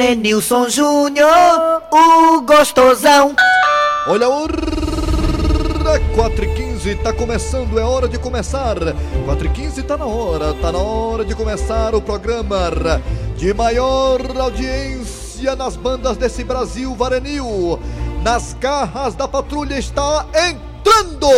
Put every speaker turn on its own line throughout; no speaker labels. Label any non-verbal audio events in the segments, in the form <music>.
Lenilson Júnior, o gostosão.
Olha o r- 4 e 15 tá começando, é hora de começar. 4 e 15 tá na hora, tá na hora de começar o programa r- de maior audiência nas bandas desse Brasil varenil. Nas garras da patrulha está entrando!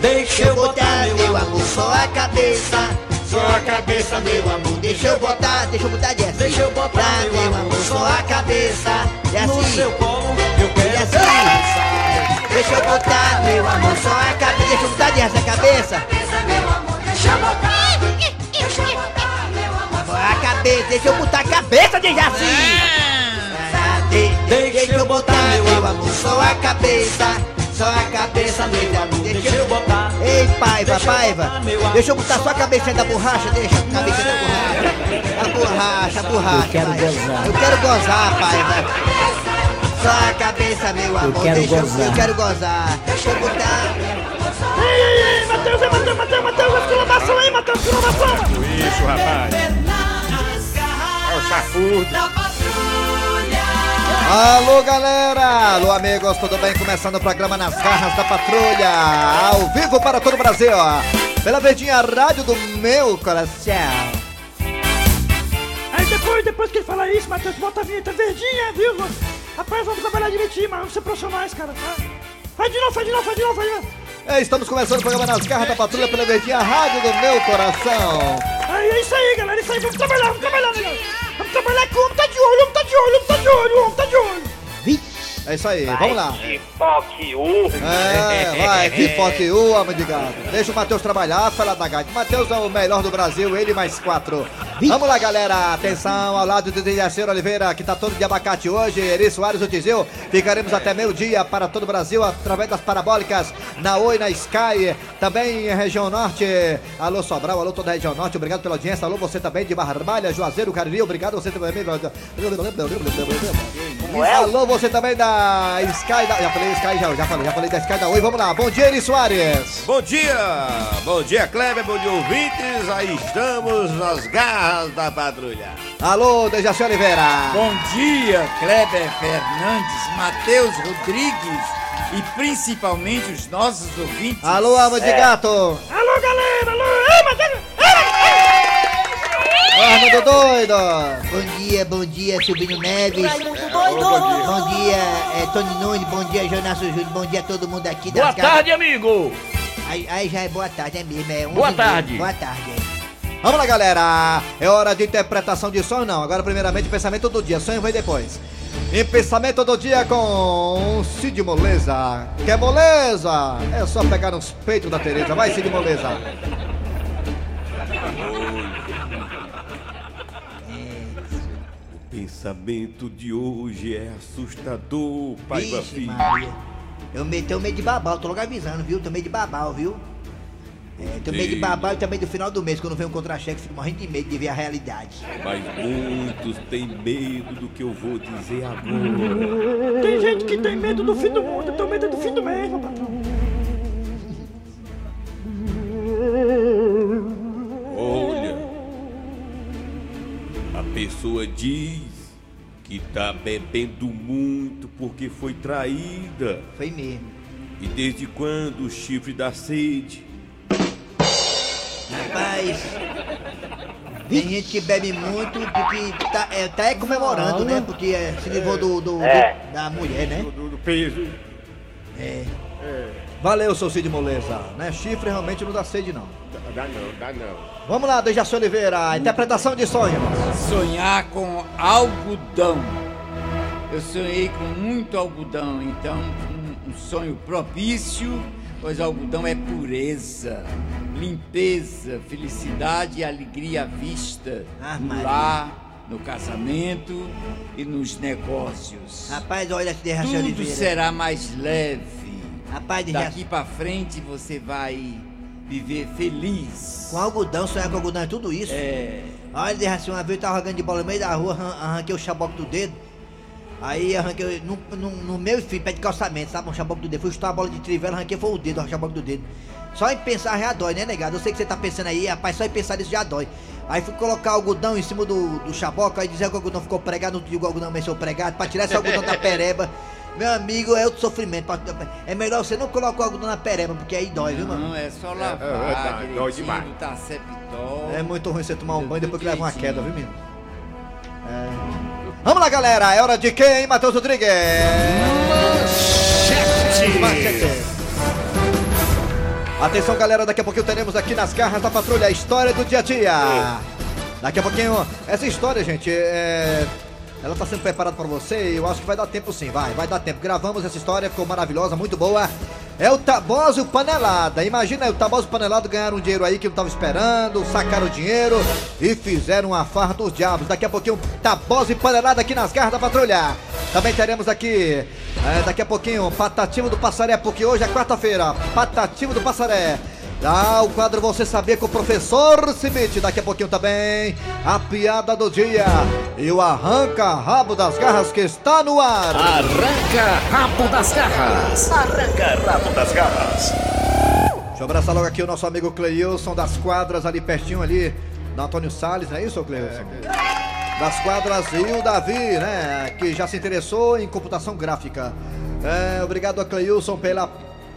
Deixa eu botar, meu amor, só a cabeça.
Só a cabeça, meu amor.
Deixa eu botar, deixa eu botar de assim.
Deixa eu botar,
Pra,
meu amor,
só a cabeça. De
No
assim,
seu colo, eu
de
quero
assim. Deixa eu botar, meu amor, só a cabeça. Deixa eu botar de assim a cabeça. Só a cabeça, deixa eu botar a cabeça de assim. Ah, de- Deixa eu botar, meu amor, só a cabeça. Só a cabeça, meu amor,
Deixa eu botar.
Ei,
Deixa
paiva,
eu
paiva.
botar, meu amor.
Deixa eu botar só a cabecinha da borracha, deixa. a Cabecinha da borracha. A borracha, a borracha. Eu quero gozar. Eu quero gozar, paiva. Só a cabeça, meu amor.
quero
deixa Eu,
gozar.
eu quero gozar. Deixa eu botar.
Isso, rapaz. É o chafurdo.
Alô, galera! Alô, amigos, tudo bem? Começando o programa Nas Garras da Patrulha, ao vivo para todo o Brasil, ó. Pela verdinha rádio do meu coração.
Aí depois, depois que ele falar isso, Matheus, bota a vinheta verdinha, viu? mano? Rapaz, vamos trabalhar direitinho, mas vamos ser profissionais, cara. tá? Faz de novo, faz de novo, faz de novo, faz de novo.
É, Estamos começando o programa Nas Garras da Patrulha pela Verdinha Rádio do Meu Coração.
Aí é isso aí, galera, é isso aí, vamos trabalhar, vamos trabalhar, né, galera. Vamos trabalhar com o homem tá de olho, o homem tá de olho, o homem tá de olho, o homem tá de olho.
É isso aí, vamos lá. É, vai, pipoqueou, ama de gato. Deixa o Matheus trabalhar, fala da gata. Matheus é o melhor do Brasil, ele mais quatro. Vamos lá, galera. Atenção, ao lado do Diaceiro Oliveira, que tá todo de abacate hoje. Eri Soares, o Tizil. Ficaremos até meio-dia para todo o Brasil, através das parabólicas, na Oi, na Sky, também em região norte. Alô, Sobral, alô, toda a região norte. Obrigado pela audiência. Alô, você também de Barbalha, Juazeiro, Cariri. Obrigado, você também. E alô, você também da Sky. da- Já falei Sky, já, já falei, já falei da Sky da Oi. Vamos lá. Bom dia, Eri Soares.
Bom dia! Bom dia, Kleber, bom dia, ouvintes. Aí estamos nas garras da patrulha.
Alô, Dejaci Oliveira.
Bom dia, Kleber Fernandes, Matheus Rodrigues e principalmente os nossos ouvintes.
Alô, alma de gato.
Alô, galera, alô, ei, Matheus,
Arma do doido.
Bom dia, bom dia, Silvino Neves. Bom dia, é, Tony Nunes. Bom dia, Jonas Júnior. Bom dia a todo mundo aqui da
Boa tarde, amigo!
Aí, aí já é boa tarde, é mesmo. É 11
Boa
e meia.
tarde.
Boa tarde. é.
Vamos lá, galera. É hora de interpretação de sonho, não. Agora, primeiramente, pensamento do dia. Sonho vem depois. E pensamento do dia com Cid Moleza. Quer moleza? É só pegar nos peitos da Tereza. Vai, Cid Moleza.
O pensamento de hoje é assustador, pai da
Vixe,
filha.
Maria. Eu me- tenho medo de babau, tô logo avisando, viu? Tô meio de babau, viu? É, tenho medo de
Entendi.
babau e também do final do mês, quando vem um contra-cheque, fico morrendo de medo de ver a realidade.
Mas muitos têm medo do que eu vou dizer agora.
É, Tem gente que tem medo do fim do mundo, eu tenho medo do fim do mês, meu patrão.
Olha, a pessoa diz que tá bebendo muito porque foi traída.
Foi mesmo.
E desde quando o chifre da sede?
Rapaz, tem gente que bebe muito porque tá, é, tá é comemorando, né? Porque é, se livrou do, do- do- da mulher, né?
Do, peso.
Valeu, seu Cid Moleza. Né? Chifre realmente não dá sede, não.
Dá não, dá não.
Vamos lá, Dejaci Oliveira. Interpretação de sonho.
Sonhar com algodão. Eu sonhei com muito algodão, então um, um sonho propício, pois algodão é pureza, limpeza, felicidade e alegria à vista,
Ah,
no
Maria.
lar, no casamento e nos negócios.
Rapaz, olha esse derracha
Tudo
Oliveira.
será mais leve.
Rapaz, derracha.
Daqui pra frente você vai viver feliz.
Com algodão, sonhar com algodão é tudo isso.
É.
Olha, ele assim, uma vez eu tava jogando de bola no meio da rua, arran- arranquei o chaboco do dedo. Aí arranquei no, no, no meu filho, pé de calçamento, sabe? Um chaboco do dedo. Fui chutar a bola de trivela, arranquei foi o dedo, o chaboco do dedo. Só em pensar já dói, né, negado? Eu sei que você tá pensando aí, rapaz, só em pensar nisso já dói. Aí fui colocar algodão em cima do, do chaboca, aí dizer que o algodão ficou pregado, não digo que o algodão amanheceu pregado, pra tirar esse algodão da pereba. Meu amigo, é outro sofrimento. pra- É melhor você não colocar o algodão na pereba, porque aí dói, viu, mano?
Não, é só
É, é
lavar
verdade, dói demais.
direitinho, tá septol.
É muito ruim você tomar um banho depois que leva uma queda, viu, menino?
Vamos lá, galera. É hora de quem, Matheus Rodrigues? Atenção, galera. Daqui a pouquinho teremos aqui nas garras da patrulha a história do dia a dia. Daqui a pouquinho, essa história, gente, é... ela tá sendo preparada pra você e eu acho que vai dar tempo sim. Vai, vai dar tempo. Gravamos essa história, ficou maravilhosa, muito boa. É o Tabosa e o Panelada. Imagina aí, o Tabosa e o Panelada ganharam um dinheiro aí que não tava esperando, sacaram o dinheiro e fizeram uma farra dos diabos. Daqui a pouquinho, Tabosa e Panelada aqui nas garras da patrulha. Também teremos aqui, é, daqui a pouquinho, Patativo do Passaré, porque hoje é quarta-feira. Patativo do Passaré. Dá o quadro Você Sabia com o Professor Simite. Daqui a pouquinho também a piada do dia e o arranca-rabo das garras que está no ar.
Arranca rabo das garras. Arranca rabo das garras.
Deixa eu abraçar logo aqui o nosso amigo Cleilson das quadras ali pertinho ali. Da Antônio Salles, não é isso, Cleilson? das quadras e o Davi, né? Que já se interessou em computação gráfica. É, obrigado a Cleilson pela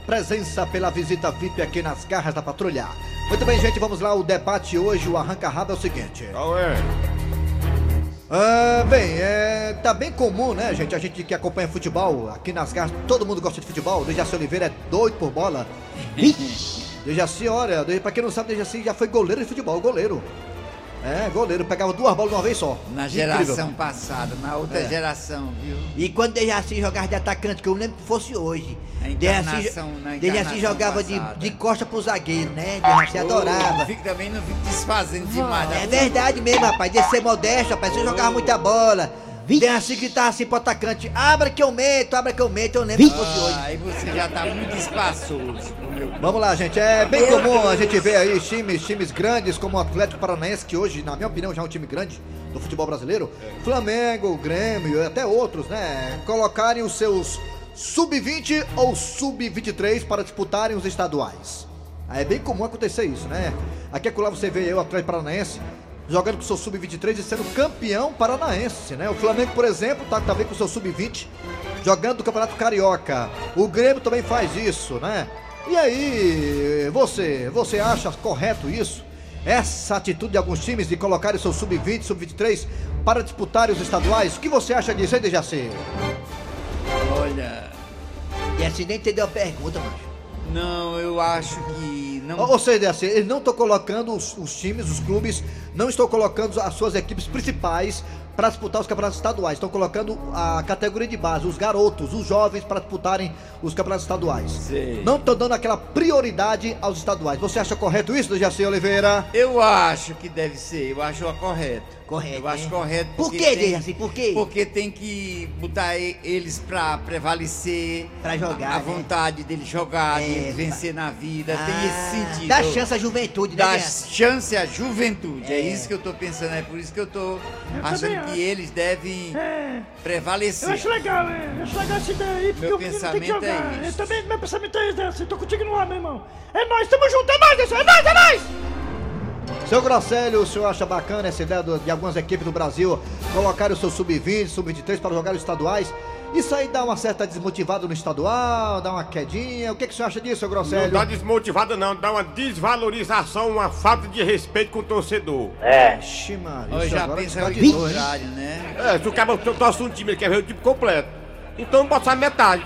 presença, pela visita VIP aqui nas garras da patrulha. Muito bem, gente, vamos lá. O debate hoje, o arranca-rabo é o seguinte.
Qual é?
Ah, bem, é, tá bem comum, né, gente? A gente que acompanha futebol aqui nas garras, todo mundo gosta de futebol. Dejaci Oliveira é doido por bola. Dejaci, olha, de- pra quem não sabe, Dejaci já foi goleiro de futebol, goleiro. É, goleiro, pegava duas bolas de uma vez só.
Na
Incrível.
geração passada, na outra
É.
geração, viu?
E quando Dejaci jogava de atacante, que eu lembro que fosse hoje.
Na
Dejaci
encarnação- na
Dejaci
encarnação
jogava de,
passada.
de costa pro zagueiro, né? Dejaci
Não
adorava.
fica também, não fica desfazendo demais.
É
não.
verdade mesmo, rapaz. De ser modesto, rapaz. Você jogava muita bola. Dejaci
tá
gritava assim pro atacante: abra que eu meto, abra que eu meto. Eu lembro que fosse hoje.
Ah, Aí você já tá muito espaçoso pro meu
Vamos lá, gente. É bem comum a gente ver aí times, times grandes como o Atlético Paranaense, que hoje, na minha opinião, já é um time grande do futebol brasileiro. Flamengo, Grêmio e até outros, né? Colocarem os seus sub-20 ou sub-23 para disputarem os estaduais. Aí É bem comum acontecer isso, né? Aqui acolá você vê eu, Atlético Paranaense, jogando com seu sub-23 e sendo campeão paranaense, né? O Flamengo, por exemplo, tá também com seu sub-20 jogando o Campeonato Carioca. O Grêmio também faz isso, né? E aí, você, você acha correto isso? Essa atitude de alguns times de colocarem seu sub-20, sub-23 para disputarem os estaduais? O que você acha disso, hein, Dejaci?
Olha,
Dejaci assim nem entendeu a pergunta, mano.
não, eu acho que não.
Ou ou seja, Dejaci, eles não estão colocando os, os times, os clubes, não estão colocando as suas equipes principais para disputar os campeonatos estaduais. Estão colocando a categoria de base, os garotos, os jovens para disputarem os campeonatos estaduais.
Sei.
Não estão dando aquela prioridade aos estaduais. Você acha correto isso, Dejaci Oliveira?
Eu acho que deve ser, eu acho correto.
Correto,
Eu acho
né?
correto.
Por
porque
que,
tem-
Dejaci? Por quê?
Porque tem que botar e- eles pra prevalecer.
Pra jogar,
A, a
né?
vontade dele jogar, de
É, Ah,
ele vencer na vida. tem esse sentido.
Dá chance à juventude, né,
Dá
Dejaci?
chance à juventude.
É.
É. isso que eu tô pensando, é por isso que eu tô
também
achando
acho.
que eles devem
É.
prevalecer.
Eu acho legal, é. Eu acho legal essa ideia aí, porque
Meu
o menino tem que
pensamento é
jogar.
isso.
eu também, meu pensamento é esse, assim, tô contigo no ar, meu irmão. É nóis, tamo junto, é nóis, é só- é nóis, é nóis!
Seu Grosselio, o senhor acha bacana essa ideia do- de algumas equipes do Brasil colocarem o seu sub-20, sub-23 para jogar os estaduais? Isso aí dá uma certa desmotivada no estadual, dá uma quedinha. O que, que o senhor acha disso, seu
Não dá
Grosselio?
desmotivada não, dá uma desvalorização, uma falta de respeito com o torcedor.
É.
Ixi, mano,
Eu
isso
já
agora tá
pensava
desvalorizou, hein?
em contrário, né?
É, se o cara torce um time, ele quer ver o time completo. Então bota só metade.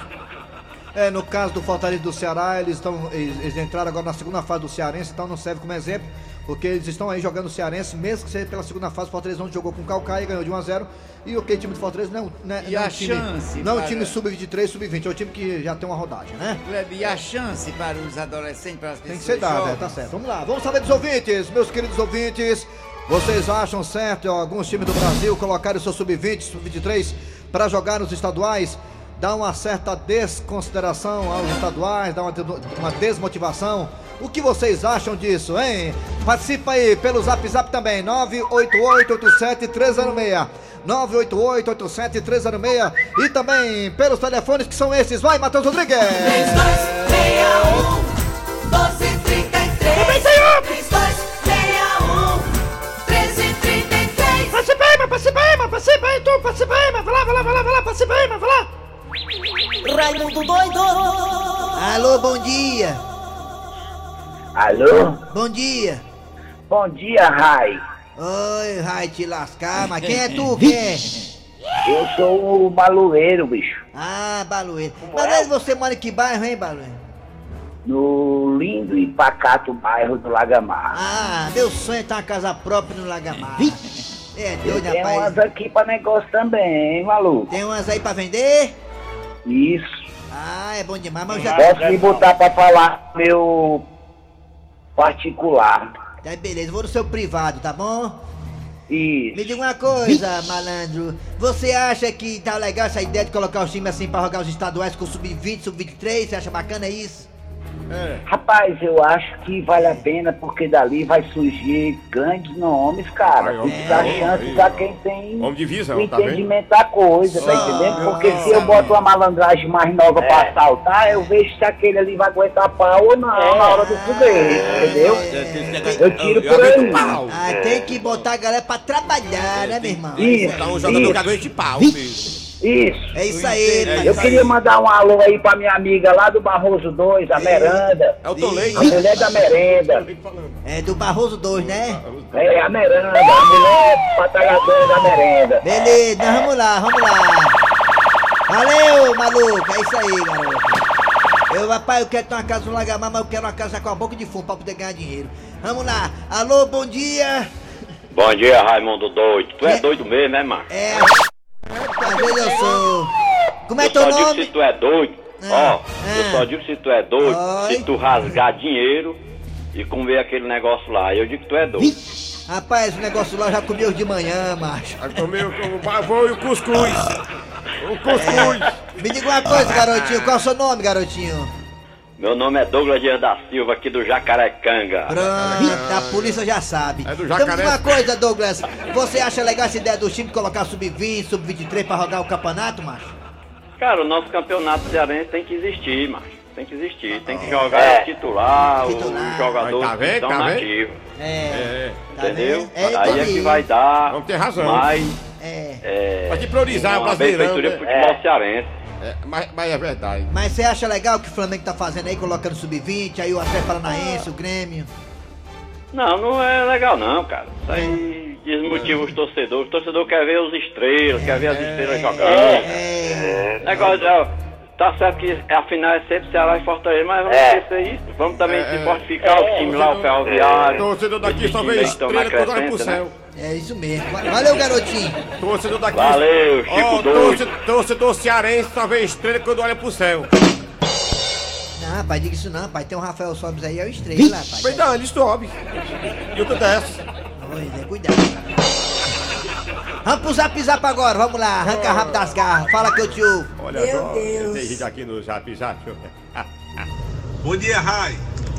É, no caso do Fortaleza e do Ceará, eles estão. Eles, eles entraram agora na segunda fase do Cearense, então não serve como exemplo, porque eles estão aí jogando o Cearense, mesmo que seja pela segunda fase, o Fortaleza ontem jogou com o Calcaia, ganhou de 1x0. E o que time do Fortaleza não, né,
E
não é
a
um time.
chance
não é um
para-
time sub-23, sub-20, é um time que já tem uma rodagem, né?
Kleber, e a chance para os adolescentes, para as pessoas
Tem que ser dado, é,
jovens?
tá certo. Vamos lá, vamos saber dos ouvintes, meus queridos ouvintes. Vocês acham certo alguns times do Brasil colocarem o seu sub-20, sub-23 para jogar nos estaduais? Dá uma certa desconsideração aos estaduais, dá uma, des- uma desmotivação. O que vocês acham disso, hein? Participa aí pelo Zap Zap também, 988-87-306. 988-87-306. E também pelos telefones que são esses. Vai, Matheus Rodrigues!
3261 1233 3261 13
vai tu, passe pra Ema, vai lá, vai lá, vai lá, vai lá, passe pra Ema, vai lá.
Raimundo doido!
Alô, bom dia.
Alô?
Bom dia.
Bom dia, Rai.
Oi, vai te lascar, mas quem é
<laughs>
tu, quem é?
Eu sou o Malueiro, bicho.
Ah, Baloeiro.
é?
Mas você mora em que bairro, hein, Baloeiro?
No lindo e pacato bairro do Lagamar.
Ah, meu sonho é ter uma casa própria no Lagamar. É
Eu
doido,
tenho umas
rapaz.
aqui pra negócio também, hein, maluco?
Tem umas aí pra vender?
Isso.
Ah, é bom demais, mas eu
Tá.
já...
Posso me botar pra falar meu particular.
Tá, beleza, vou no seu privado, tá bom? Me
Isso.
diga uma coisa, malandro. Você acha que tá legal essa ideia de colocar os times assim pra jogar os estaduais com sub-20, sub-23? Você acha bacana isso?
Rapaz, eu acho que vale a pena porque dali vai surgir grandes nomes, cara.
Vai, ó,
Isso dá
é,
chance
ó,
pra
aí, ó.
tá quem tem
Homem de visão,
o
tá vendo? Ah,
entendimento da coisa, tá
Só,
entendendo? Porque
meu
se eu boto uma malandragem mais nova
É.
pra assaltar, eu vejo se aquele ali vai aguentar pau ou não
É.
na hora do foguete, entendeu?
é
Eu tiro por aí.
Ah, tem que botar a galera pra trabalhar, né, meu irmão?
Isso,
Então,
isso,
de pau mesmo.
isso.
É isso aí,
É
mano.
Eu queria mandar um alô aí pra minha amiga lá do Barroso 2, a Meranda.
É o Tolei.
A mulher da merenda.
É do Barroso 2, né?
É, a merenda, a mulher batalhadora da merenda.
Beleza, nós vamos lá, vamos lá. Valeu, maluco, é isso aí, garoto. Eu, rapaz, eu quero ter uma casa no Lagamar, mas eu quero uma casa com a boca de fumo pra poder ganhar dinheiro. Vamos lá, alô, bom dia.
Bom dia, Raimundo doido. Tu
É.
é doido mesmo, é, mano?
É. Às vezes eu sou. Como é
Eu
teu
só digo se
<laughs>
nome?
tu é doido.
Ah,
Ó, eu
ah.
só digo se tu é doido,
Ai.
se tu rasgar dinheiro e comer aquele negócio lá. Eu digo que tu é doido.
Rapaz, o negócio lá eu já comi hoje de manhã, macho.
Aí comeu o pavão e o cuscuz. O
É,
cuscuz.
Me diga uma
Ah.
coisa, garotinho, qual é o seu nome, garotinho?
Meu nome é Douglas Dias da Silva, aqui do Jacarecanga.
Pronto, a polícia já sabe.
Ah. É do
Então,
jacaré.
me diga uma coisa, Douglas. Você acha legal essa ideia do time de colocar sub-20, sub-23 pra rodar o campeonato, macho?
Cara, o nosso campeonato cearense tem que existir, macho. Tem que existir. Tem que jogar titular,
Titular.
os jogadores
Aí tá vendo,
que estão
tá vendo?
nativos.
É. tá
Entendeu?
vendo? É,
Aí é
entendi.
que vai dar.
Vamos ter razão.
Mas
É.
é.
Pra te priorizar,
uma
brasileirão,
benfeitoria
né?
pro futebol cearense.
É, mas, mas é verdade.
Mas você acha legal o que o Flamengo tá fazendo aí, colocando sub-20, aí o Atlético Paranaense, o Grêmio?
Não, não é legal não, cara. Isso
É.
aí desmotiva os torcedores. O torcedor quer ver os estrelas, quer ver as estrelas jogando.
É.
Negócio, ó, tá certo que a final é sempre Ceará e Fortaleza, mas vamos
É.
esquecer isso. Vamos também
É.
se fortificar os times lá, o Ferroviário.
Torcedor daqui
esses
só
times
vê
aí que estão na
estrela toda hora pro
crescente, né?
céu.
É isso mesmo. Valeu, garotinho.
Torcedor daqui.
Valeu, Chico
Ó,
doido.
torce- Torcedor cearense só vê estrela quando olha pro céu.
Não, rapaz, diga isso não, rapaz. Tem um Rafael Sobes aí, é o estrela, rapaz.
Mas não, ele sobe. E o que desce?
Pois é, cuidado. Vamos pro zap zap agora, vamos lá. Arranca rápido das garras. Fala que eu te ouvo.
Olha
Meu
só,
Deus.
tem gente aqui no Zap Zap. Ah,
Bom dia, Rai.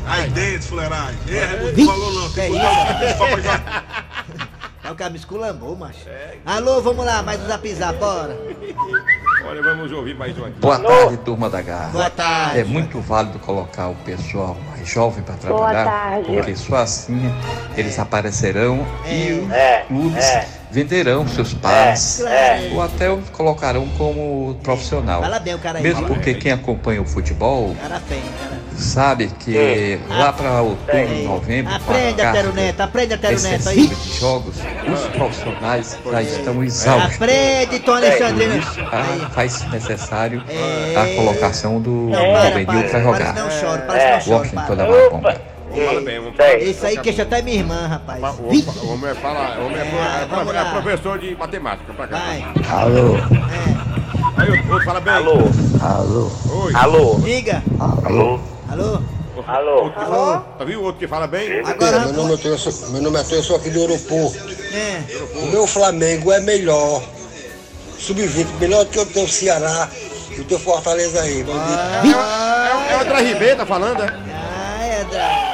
Aí dentro, fuleiragem. É, Raimundo falou não.
É
Tem
isso. É o cara me esculambou, macho. Alô, vamos lá, mais um zap zap, bora.
Olha, vamos ouvir mais um aqui.
Boa tarde, turma da Garra.
Boa tarde.
É muito válido colocar o pessoal mais jovem para trabalhar,
tarde.
porque só assim eles aparecerão e os
É,
clubes
é.
venderão seus pares
Claro.
ou até os colocarão como profissional.
Fala bem o cara aí.
Mesmo
fala.
porque quem acompanha o futebol
Cara feio, cara.
sabe que
É.
lá para outubro,
Ei,
novembro, com a
Aprenda,
carga
Tero Neto, aprenda, Tero
é
Neto aí. é.
excessiva de jogos, os profissionais já estão exaustos.
Aprende, Tom
Por
Alexandrino.
isso, ah,
tá
faz necessário
É.
a colocação do
Não,
É.
para,
juvenil para
para, para,
jogar. É. então
não chora, para, não chora,
Washington da
para.
Marcomba.
Fala bem, vamos
Isso aí queixa até é minha irmã, rapaz.
O homem o homem é, fala, o homem é,
É,
pro-
vamos
é,
lá.
professor de matemática, pra cá.
Vai,
Alô,
é.
Aí o outro fala bem.
Alô,
alô,
Oi.
alô,
Diga.
alô.
Alô?
alô.
Alô?
Tá viu o outro que fala bem?
Agora,
é Teu, meu nome é Teu, eu sou aqui do aeroporto.
é.
O meu Flamengo é melhor. Sub-20, melhor que o teu Ceará e o teu Fortaleza aí.
É o André Ribeiro, tá falando, é?
Ai, André.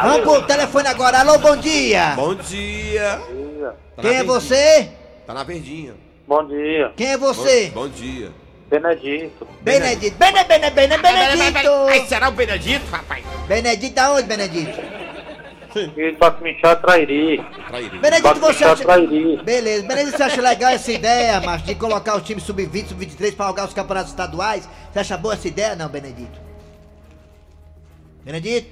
Vamos pro telefone agora. Alô, bom dia.
Bom dia. Tá na
Quem é
verdinha.
você?
Tá na verdinha.
Bom dia,
Quem é você?
Bom dia.
Benedito.
Benedito. Bene, bene, bene, Benedito.
será o Benedito, rapaz?
Benedito da onde, Benedito?
Ele Batmixá Trairi. Trairi.
Benedito, você acha...
Trairi.
Beleza, Benedito, você acha legal essa ideia, macho, de colocar os times sub-20, sub-23 pra jogar os campeonatos estaduais? Você acha boa essa ideia, não, Benedito? Benedito?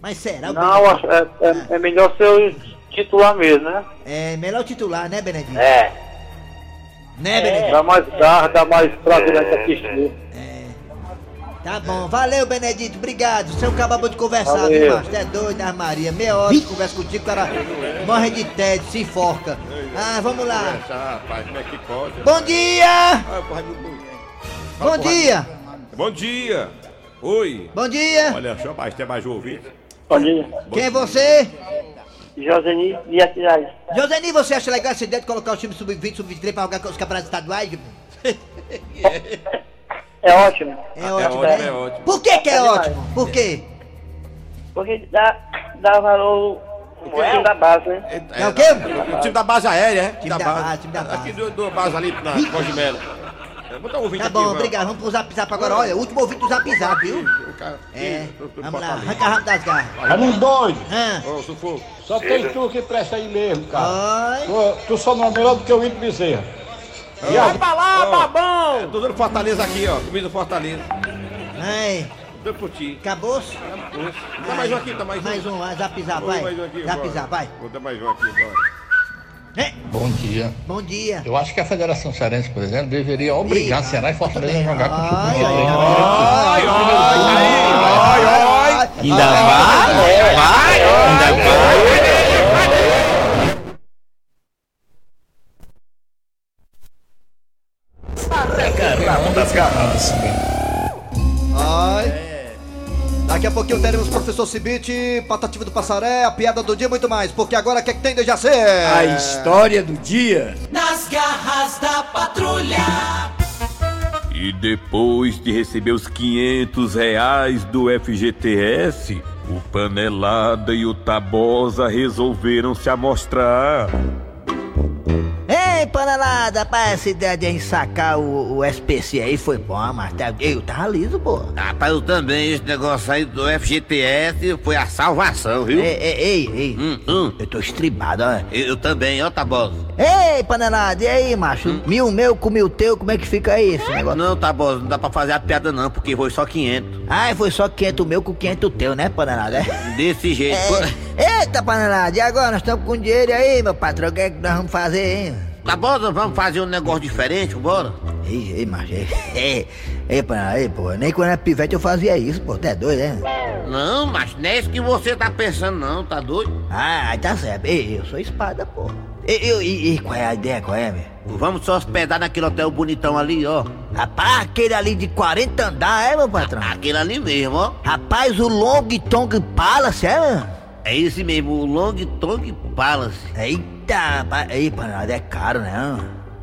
Mas será? o
Não,
Benedito-
acho- é, é, é melhor ser o titular mesmo, né?
É melhor o titular, né, Benedito?
É.
Né, Benedito?
Dá mais garra, dá mais prazer
É,
assistir.
Tá bom, valeu Benedito, obrigado. Você é um cababo de conversar, viu,
Valeu.
macho? Você é doido, Ave Maria. Meia hora de conversa contigo, o cara morre de tédio, se enforca. Ah, vamos lá.
rapaz, como é que pode?
Bom dia!
Ah, porra, meu Deus.
Bom
é
dia!
Bom dia! Oi!
Bom dia!
Olha só, mas tem mais um ouvinte.
Bom dia.
Quem é você?
Joseni de Atirais.
Joseni, você acha legal essa ideia de colocar o time sub-20, sub-23 pra jogar com os campeonatos estaduais?
É ótimo.
É ótimo, né? Por que que é ótimo? Por quê?
Porque dá, dá valor ao time da base, né?
É o quê? O time da base aérea, é? Time da base,
time da base.
Aqui do, do base ali na Jorge Melo. É, Vou dar um ouvinte
Tá
aqui,
bom,
mano.
obrigado. Vamos pro zap zap agora. Olha, último ouvinte do zap zap, viu? É, vamos lá, arranca rápido das garras.
Raimundo doido!
Ah.
Ô, sufoco.
Só tem
Eita.
tu que presta aí mesmo, cara. Tu, tu só não é melhor do que o Ito Bezerra.
Vai pra lá, babão! tô dando Fortaleza aqui, ó. Comida Fortaleza.
Ai.
Deu por ti.
Acabou-se?
Dá mais um aqui, dá mais um.
Mais um, vai, zap zap,
Vou
vai.
mais um aqui,
Zap
bora.
zap, vai.
Vou dar mais um aqui, bora.
Bom dia.
Bom dia.
Eu acho que a Federação Cearense, por exemplo, deveria obrigar Ceará e Fortaleza a jogar com o time.
Ainda vai? Vai? Ainda vai? Arranca rabo das garras.
Ai.
É.
Daqui a pouquinho teremos professor Cibite, Patativa do Passaré, a piada do dia e muito mais. Porque agora o que, é que tem de Jacê?
A
É.
história do dia.
Nas garras da patrulha.
E depois de receber os 500 reais do FGTS, o Panelada e o Tabosa resolveram se amostrar.
Ei, panelada, rapaz, essa ideia de a gente sacar o, o SPC aí foi bom, mas tá- eu tava liso, pô.
Rapaz, eu também, esse negócio aí do FGTS foi a salvação, viu?
É.
Ei, ei, ei.
Eu tô estribado, ó. Eu, eu também, ó, Tabosa.
Ei, panelada, e aí, macho? Mil meu com mil teu, como é que fica aí esse negócio?
Não, Tabosa, não dá pra fazer a piada não, porque foi só 500.
Ai, foi só 500 meu com 500 teu, né, panelada? É.
Desse jeito.
É.
Eita, panelada, e agora? Nós estamos com dinheiro aí, meu patrão, o que é que nós vamos fazer, hein?
Tabosa, vamos fazer um negócio diferente, bora?
Ei, ei, macho, ei, <laughs> ei, ei, panelada, ei, pô, nem quando era pivete eu fazia isso, pô, tu é doido, né?
Não, mas não é isso que você tá pensando não, tá doido?
Ah, aí tá certo. Ei, eu sou espada, pô. E, eu, e, e qual é a ideia, qual é, meu?
Vamos só hospedar naquele hotel bonitão ali, ó.
Rapaz, aquele ali de 40 andar, é, meu patrão?
Aquele ali mesmo, ó.
Rapaz, o Long Tong Palace, é, mano?
É esse mesmo, o Long Tong Palace.
Eita, rapaz. Ei, panelada, é caro, né?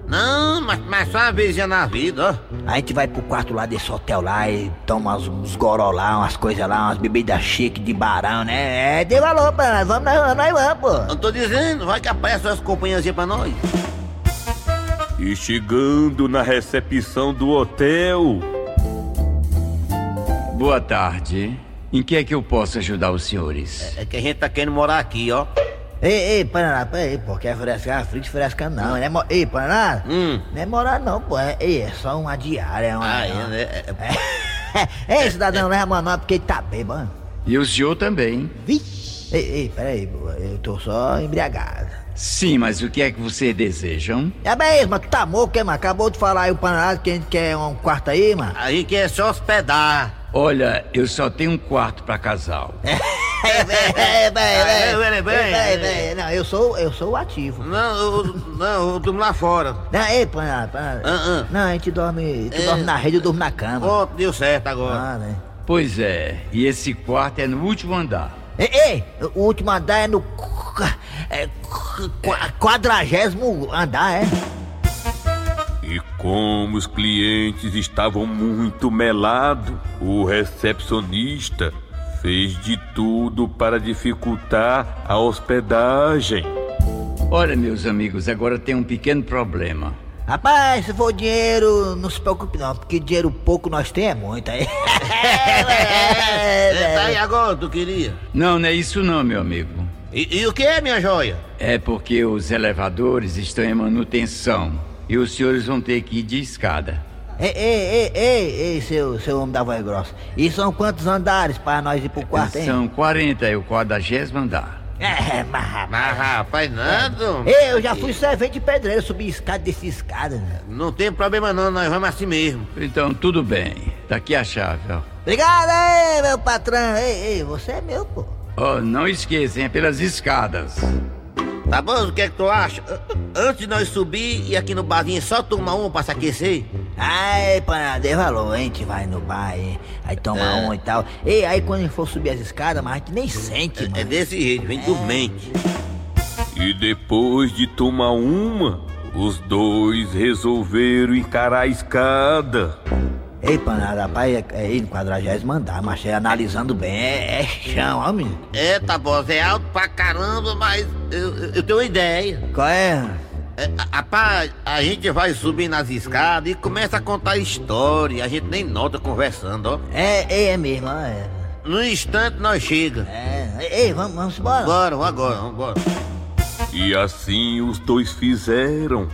Não, mas, mas só uma vez na vida, ó.
A gente vai pro quarto lá desse hotel lá e toma uns, uns goró lá, umas coisas lá, umas bebidas chique de barão, né? É, dê valor, panelada. Vamos, nós, nós vamos, pô.
Eu tô dizendo, vai que aparece umas companhias aí pra nós.
E chegando na recepção do hotel.
Boa tarde. Em que é que eu posso ajudar os senhores?
É que a gente tá querendo morar aqui, ó.
Ei, ei, Paraná, peraí, pô, quer frescar? Frito fresca não, né? mo- Ei, Paraná, não é morar não, pô, é, ei, é só uma diária, é uma...
Hum. Ah, é, né?
<laughs> ei, cidadão, não é mano, não, porque ele tá bêbado.
E o senhor também.
Vixe! Ei, ei, peraí, pô, eu tô só embriagado.
Sim, mas o que é que vocês desejam?
É mesmo, mas tu tá morto, hein, mano? Acabou de falar aí o Paraná que a gente quer um quarto aí, mano.
Aí que é só hospedar.
Olha, eu só tenho um quarto pra casal.
<laughs>
<laughs>
É,
É,
velho,
velho,
velho,
velho.
velho, velho, não, eu sou, eu sou o ativo.
Não, eu, não, eu durmo lá fora.
Não, ei, Paraná, Paraná.
Ah,
Não, a gente dorme, tu
É.
dorme na rede, eu durmo na cama.
Pronto, deu certo agora.
Ah, né?
Pois é, e esse quarto é no último andar.
Ei, ei, o último andar é no qu- é, qu- qua- quadragésimo andar, é?
E como os clientes estavam muito melados, o recepcionista fez de tudo para dificultar a hospedagem.
Olha, meus amigos, agora tem um pequeno problema.
Rapaz, se for dinheiro, não se preocupe não, porque dinheiro pouco nós tem é muito aí. <laughs>
É, tá aí agora, tu queria?
Não, não é isso não, meu amigo.
E, e o que é, minha joia?
É porque os elevadores estão em manutenção e os senhores vão ter que ir de escada.
Ei, ei, ei, ei, ei, seu, seu homem da voz grossa. E são quantos andares para nós ir pro quarto, hein?
São 40, é o quadragésimo andar.
É, mas,
Mas rapaz, nada.
Ei, eu já fui servente de pedreiro, subi escada desse escada.
Não tem problema não, nós vamos assim mesmo.
Então, tudo bem. Tá aqui a chave, ó.
Obrigado, ei, meu patrão. Ei, ei, você é meu, pô.
Ó, não esqueçam, é pelas escadas.
Tá bom, o que é que tu acha? An- Antes de nós subir e aqui no barzinho só tomar um pra se aquecer?
Ai, panada, é valor, hein? Que vai no bar, hein? Aí toma
É.
um e tal. Ei, aí quando a gente for subir as escadas, mas a gente nem sente, mano.
É desse jeito, vem dormente.
E depois de tomar uma, os dois resolveram encarar a escada.
Ei, panada, rapaz, é, é ir no quadragésimo andar, mas é analisando bem, é, é chão, ó, menino.
É, tá bom, é alto pra caramba, mas eu, eu- eu tenho uma ideia.
Qual é?
É, a- Rapaz, a gente vai subir nas escadas e começa a contar história. A gente nem nota conversando, ó.
É, ei, é mesmo, ó, é.
No instante nós chega.
É, ei, vamos, vamos embora.
Bora, vamos agora, vamos embora.
E assim os dois fizeram.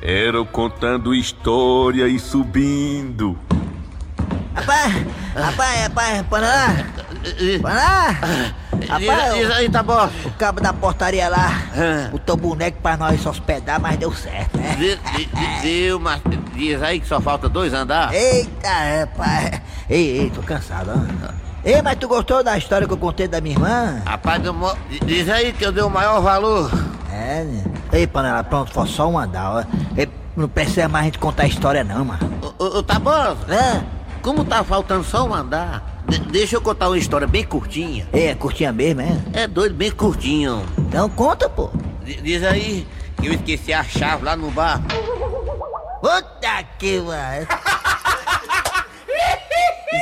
Eram contando história e subindo.
Rapaz, rapaz, rapaz, panada, panada. Rapaz,
Diz aí, tá bom. É.
o cabo da portaria lá botou boneco pra nós se hospedar, mas deu certo, né?
Diz, diz- diz- diz, mas diz aí que só falta dois andar.
Eita, rapaz. Ei, ei, tô cansado, ó. Ei, mas tu gostou da história que eu contei da minha irmã?
Rapaz, eu mo- diz aí que eu dei o maior valor.
É, né? Ei, panela, pronto, foi só um andar, ó. Ei, não precisa mais a gente contar a história, não, mano.
Ô, ô, ô Tabosa, como tá faltando só um andar, de- deixa eu contar uma história bem curtinha.
Ei, é curtinha mesmo, é?
É doido, bem curtinho.
Então conta, pô.
D- diz aí que eu esqueci a chave lá no bar.
Puta que mano.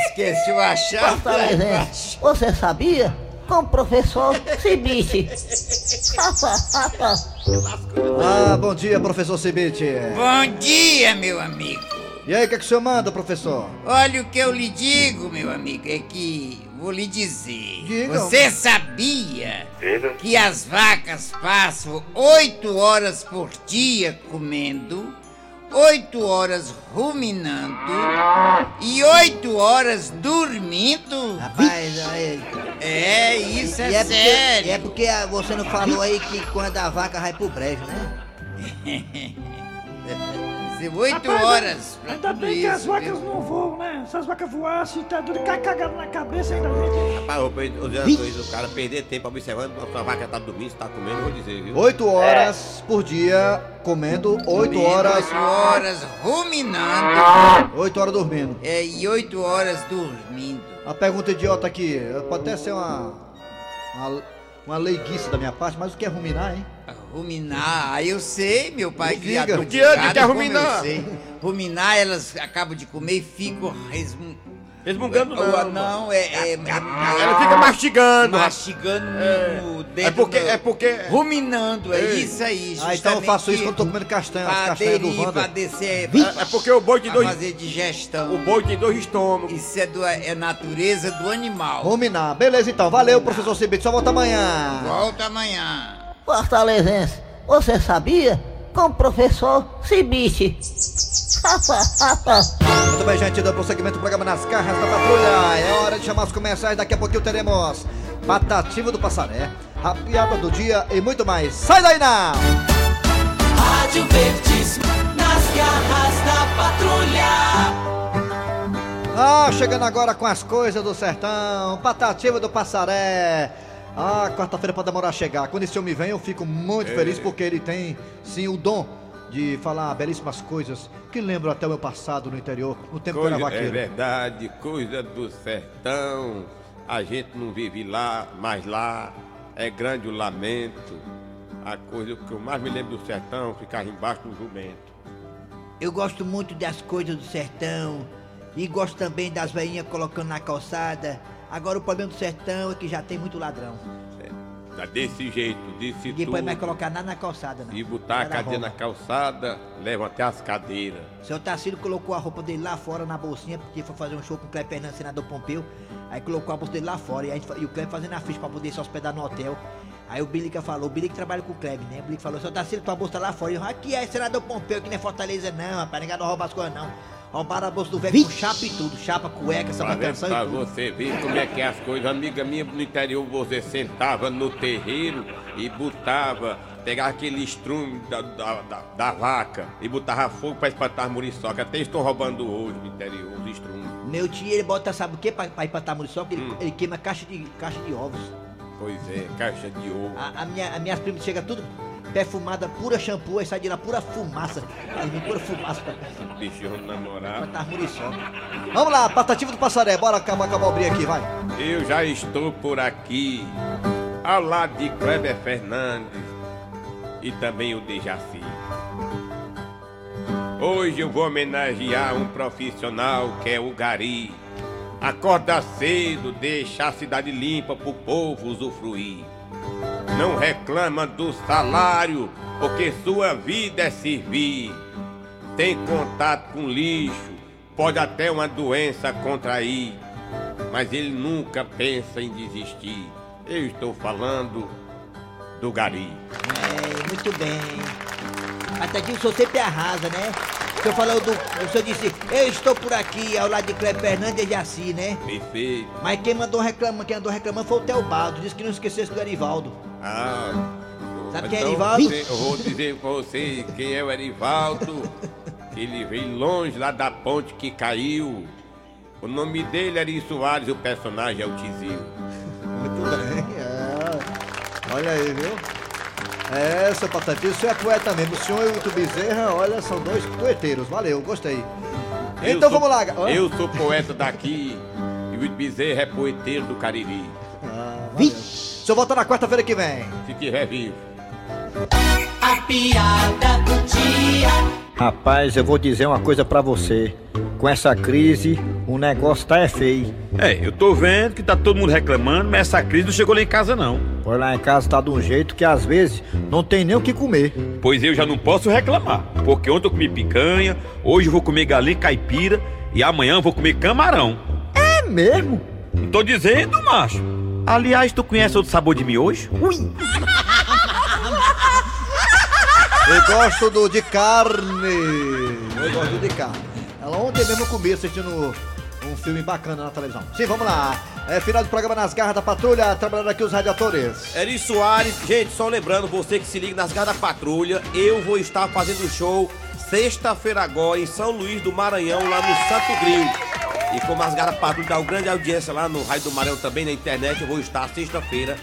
Esqueceu
<laughs>
a chave.
né? Você sabia? Como professor, se biche.
Ah, bom dia, professor Cibite.
é.
Bom dia, meu amigo.
E aí, o que, é que o senhor manda, professor?
Olha o que eu lhe digo, meu amigo, é que vou lhe dizer.
Diga.
Você sabia que as vacas passam oito horas por dia comendo, oito horas ruminando e oito horas dormindo?
Rapaz, olha
É, isso é,
e é
sério.
Porque, é porque ah, você não falou aí que quando a vaca vai pro brejo, né?
Deu oito
Rapaz,
horas pra
é- Ainda
tudo
bem que as
isso,
vacas
viu?
não voam, né? Se as vacas voassem, tá duro, cai cagado na cabeça ainda né? bem.
Rapaz, eu perdi- olhando isso, o cara perder tempo observando, a sua vaca tá dormindo, você tá comendo, eu vou dizer, viu?
Oito
É.
horas por dia, comendo, oito horas,
Oito horas ruminando
oito horas dormindo.
é, e oito horas dormindo.
Uma pergunta idiota aqui, pode até ser uma, uma, uma leiguice da minha parte, mas o que é ruminar, hein?
Ruminar, aí eu sei, meu pai.
Me
que
diga.
adulto,
O que é que é
cara, como
ruminar?
eu sei. Ruminar, elas acabam de comer e ficam resmungando.
Resmungando não, pô.
Não, é. é,
Ah,
é-
Ela fica mastigando.
Mastigando no dedo.
É porque-
do-
é porque-
Ruminando, é
Ei.
isso
Ah,
aí.
então eu
justamente
faço isso quando tô comendo castanha, as
Pra
castanhas do
aderir, pra
Wanda.
descer.
É, é porque o boi tem
pra
dois.
fazer digestão.
O boi tem dois estômagos.
Isso é, do, é natureza do animal.
Ruminar. Beleza então, valeu, professor Cibite, só volta amanhã.
Volta amanhã.
Fortalezense, você sabia? Como professor, se biche.
Muito bem, gente, dando prosseguimento ao programa Nas Carras da Patrulha. É hora de chamar os comerciais, daqui a pouquinho teremos Patativo do Passaré, a piada do dia e muito mais. Sai daí não!
Rádio Verdes nas garras da patrulha.
Ah, chegando agora com as coisas do sertão, Patativo do Passaré. Ah, quarta-feira pra demorar a chegar. Quando esse homem vem, eu fico muito
É.
feliz porque ele tem, sim, o dom de falar belíssimas coisas que lembram até o meu passado no interior, no tempo que eu era
Coisa, é
vaqueiro.
verdade, coisa do sertão. A gente não vive lá, mas lá é grande o lamento. A coisa que eu mais me lembro do sertão, ficar embaixo do jumento.
<laughs> Eu gosto muito das coisas do sertão e gosto também das veinhas colocando na calçada. Agora o problema do sertão é que já tem muito ladrão.
Tá desse jeito, desse
Ninguém pode mais
tudo.
colocar nada na calçada, não.
E botar a
Cara
cadeira na
rouba.
calçada, leva até as cadeiras.
O Seu Tarcílio colocou a roupa dele lá fora na bolsinha, porque foi fazer um show com o Cleber Fernandes, senador Pompeu. Aí colocou a bolsa dele lá fora e, a gente fa- e o Cleber fazendo a ficha pra poder se hospedar no hotel.
Aí o Bilica falou, o Bilica trabalha com o Kleber, né? O Bilica falou, seu Tarcísio, tua bolsa tá lá fora. Eu, aqui é senador Pompeu, que não é Fortaleza não, rapaz, ninguém não rouba as coisas não. Roubaram a bolsa do velho com chapa e tudo, chapa, cueca,
Tá
Pra, ver,
sabacação
pra
e Tá tudo.
você ver como é que é as coisas, amiga minha no interior, você sentava no terreiro e botava, pegava aquele estrume da, da, da- da vaca e botava fogo pra espantar as muriçoca. Até estão roubando hoje no interior, os estrumes.
Meu tio, ele bota, sabe o que pra, pra empatar muriçoca? Ele, ele queima caixa de, caixa de ovos.
Pois é, caixa de ovo.
A, a minha, as minhas primas chegam tudo perfumada, pura shampoo, aí sai de lá pura fumaça. Aí vem pura fumaça pra
Bichão namorado.
empatar muriçoca.
Vamos lá, patativa do passaré, bora acabar com a abobrinha aqui, vai.
Eu já estou por aqui, ao lado de Kleber Fernandes e também o de Jaci. Hoje eu vou homenagear um profissional que é o Gari. Acorda cedo, deixa a cidade limpa pro povo usufruir. Não reclama do salário, porque sua vida é servir. Tem contato com lixo, pode até uma doença contrair mas ele nunca pensa em desistir. Eu estou falando do Gari.
É, muito bem. Até que o senhor sempre arrasa, né? O senhor falou do. O senhor disse, eu estou por aqui ao lado de Cleber Fernandes e Jaci, né?
Perfeito.
Mas quem mandou reclamar, quem andou reclamando foi o Teobaldo, disse que não esquecesse do Erivaldo.
Ah,
Sabe
então
quem é Erivaldo?
você- eu vou dizer pra você quem é o Erivaldo. que ele veio longe lá da ponte que caiu. O nome dele era Eri Soares, o personagem é o Tizil.
Muito bem, é. Olha aí, viu? É, seu Patativa, o senhor é poeta mesmo. O senhor e o Uto Bezerra, olha, são dois poeteiros. Valeu, gostei.
Eu
então
sou-
vamos lá. ga- Ó.
Eu sou poeta daqui e o Ito Bezerra é poeteiro do Cariri.
Ah, valeu. O senhor volta na quarta-feira que vem.
Se tiver vivo.
A piada do dia.
Rapaz, eu vou dizer uma coisa pra você. Com essa crise, o negócio tá é feio.
É, eu tô vendo que tá todo mundo reclamando, mas essa crise não chegou lá em casa, não.
Pois lá em casa tá de um jeito que às vezes não tem nem o que comer.
Pois eu já não posso reclamar, porque ontem eu comi picanha, hoje eu vou comer galinha caipira e amanhã eu vou comer camarão.
É mesmo?
Não tô dizendo, macho. Aliás, tu conhece outro sabor de miojo? Ui!
Eu gosto do de carne. Eu gosto do de carne. Ela ontem mesmo eu comi assistindo um filme bacana na televisão. Sim, vamos lá. É final do programa Nas Garras da Patrulha, trabalhando aqui os radiadores.
Eri Soares, gente, só lembrando, você que se liga nas garras da patrulha, eu vou estar fazendo show sexta-feira agora em São Luís do Maranhão, lá no Santo Grilo. E como as garras da patrulha dá uma grande audiência lá no Raio do Maranhão também na internet, eu vou estar sexta-feira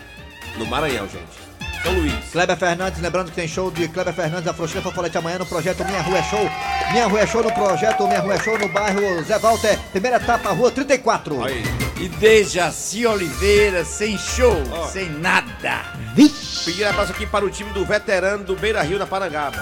no Maranhão, gente. São Luís.
Kleber Fernandes, lembrando que tem show de Kleber Fernandes, da Frouxinha Fofolete amanhã no projeto Minha Rua é Show. Minha Rua é Show no projeto Minha Rua é Show no bairro Zé Walter, primeira etapa, Rua 34.
E Dejaci Oliveira, sem show, sem nada.
Pedir abraço aqui para o time do veterano do Beira Rio, na Parangaba.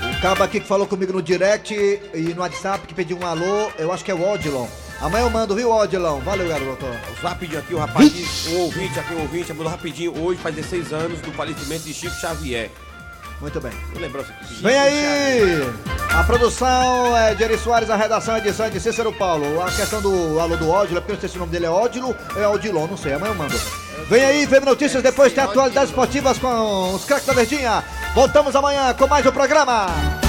O cabo aqui que falou comigo no direct e no WhatsApp, que pediu um alô, eu acho que é o Odilon. Amanhã eu mando, viu, Odilon? Valeu, garoto.
Rapidinho aqui, o rapaz, diz, um ouvinte aqui, um ouvinte, mandou rapidinho, hoje faz 16 anos do falecimento de Chico Xavier.
Muito bem.
Lembrança aqui.
Vem aí! A produção é de Eri Soares, a redação é de Sandy Cícero Paulo. A questão do alô do Ódilo, é porque eu não sei se o nome dele é Ódilo ou é Odilon, não sei, amanhã eu mando. Vem aí, Fêmea Notícias, depois tem atualidades esportivas com os craques da Verdinha. Voltamos amanhã com mais um programa.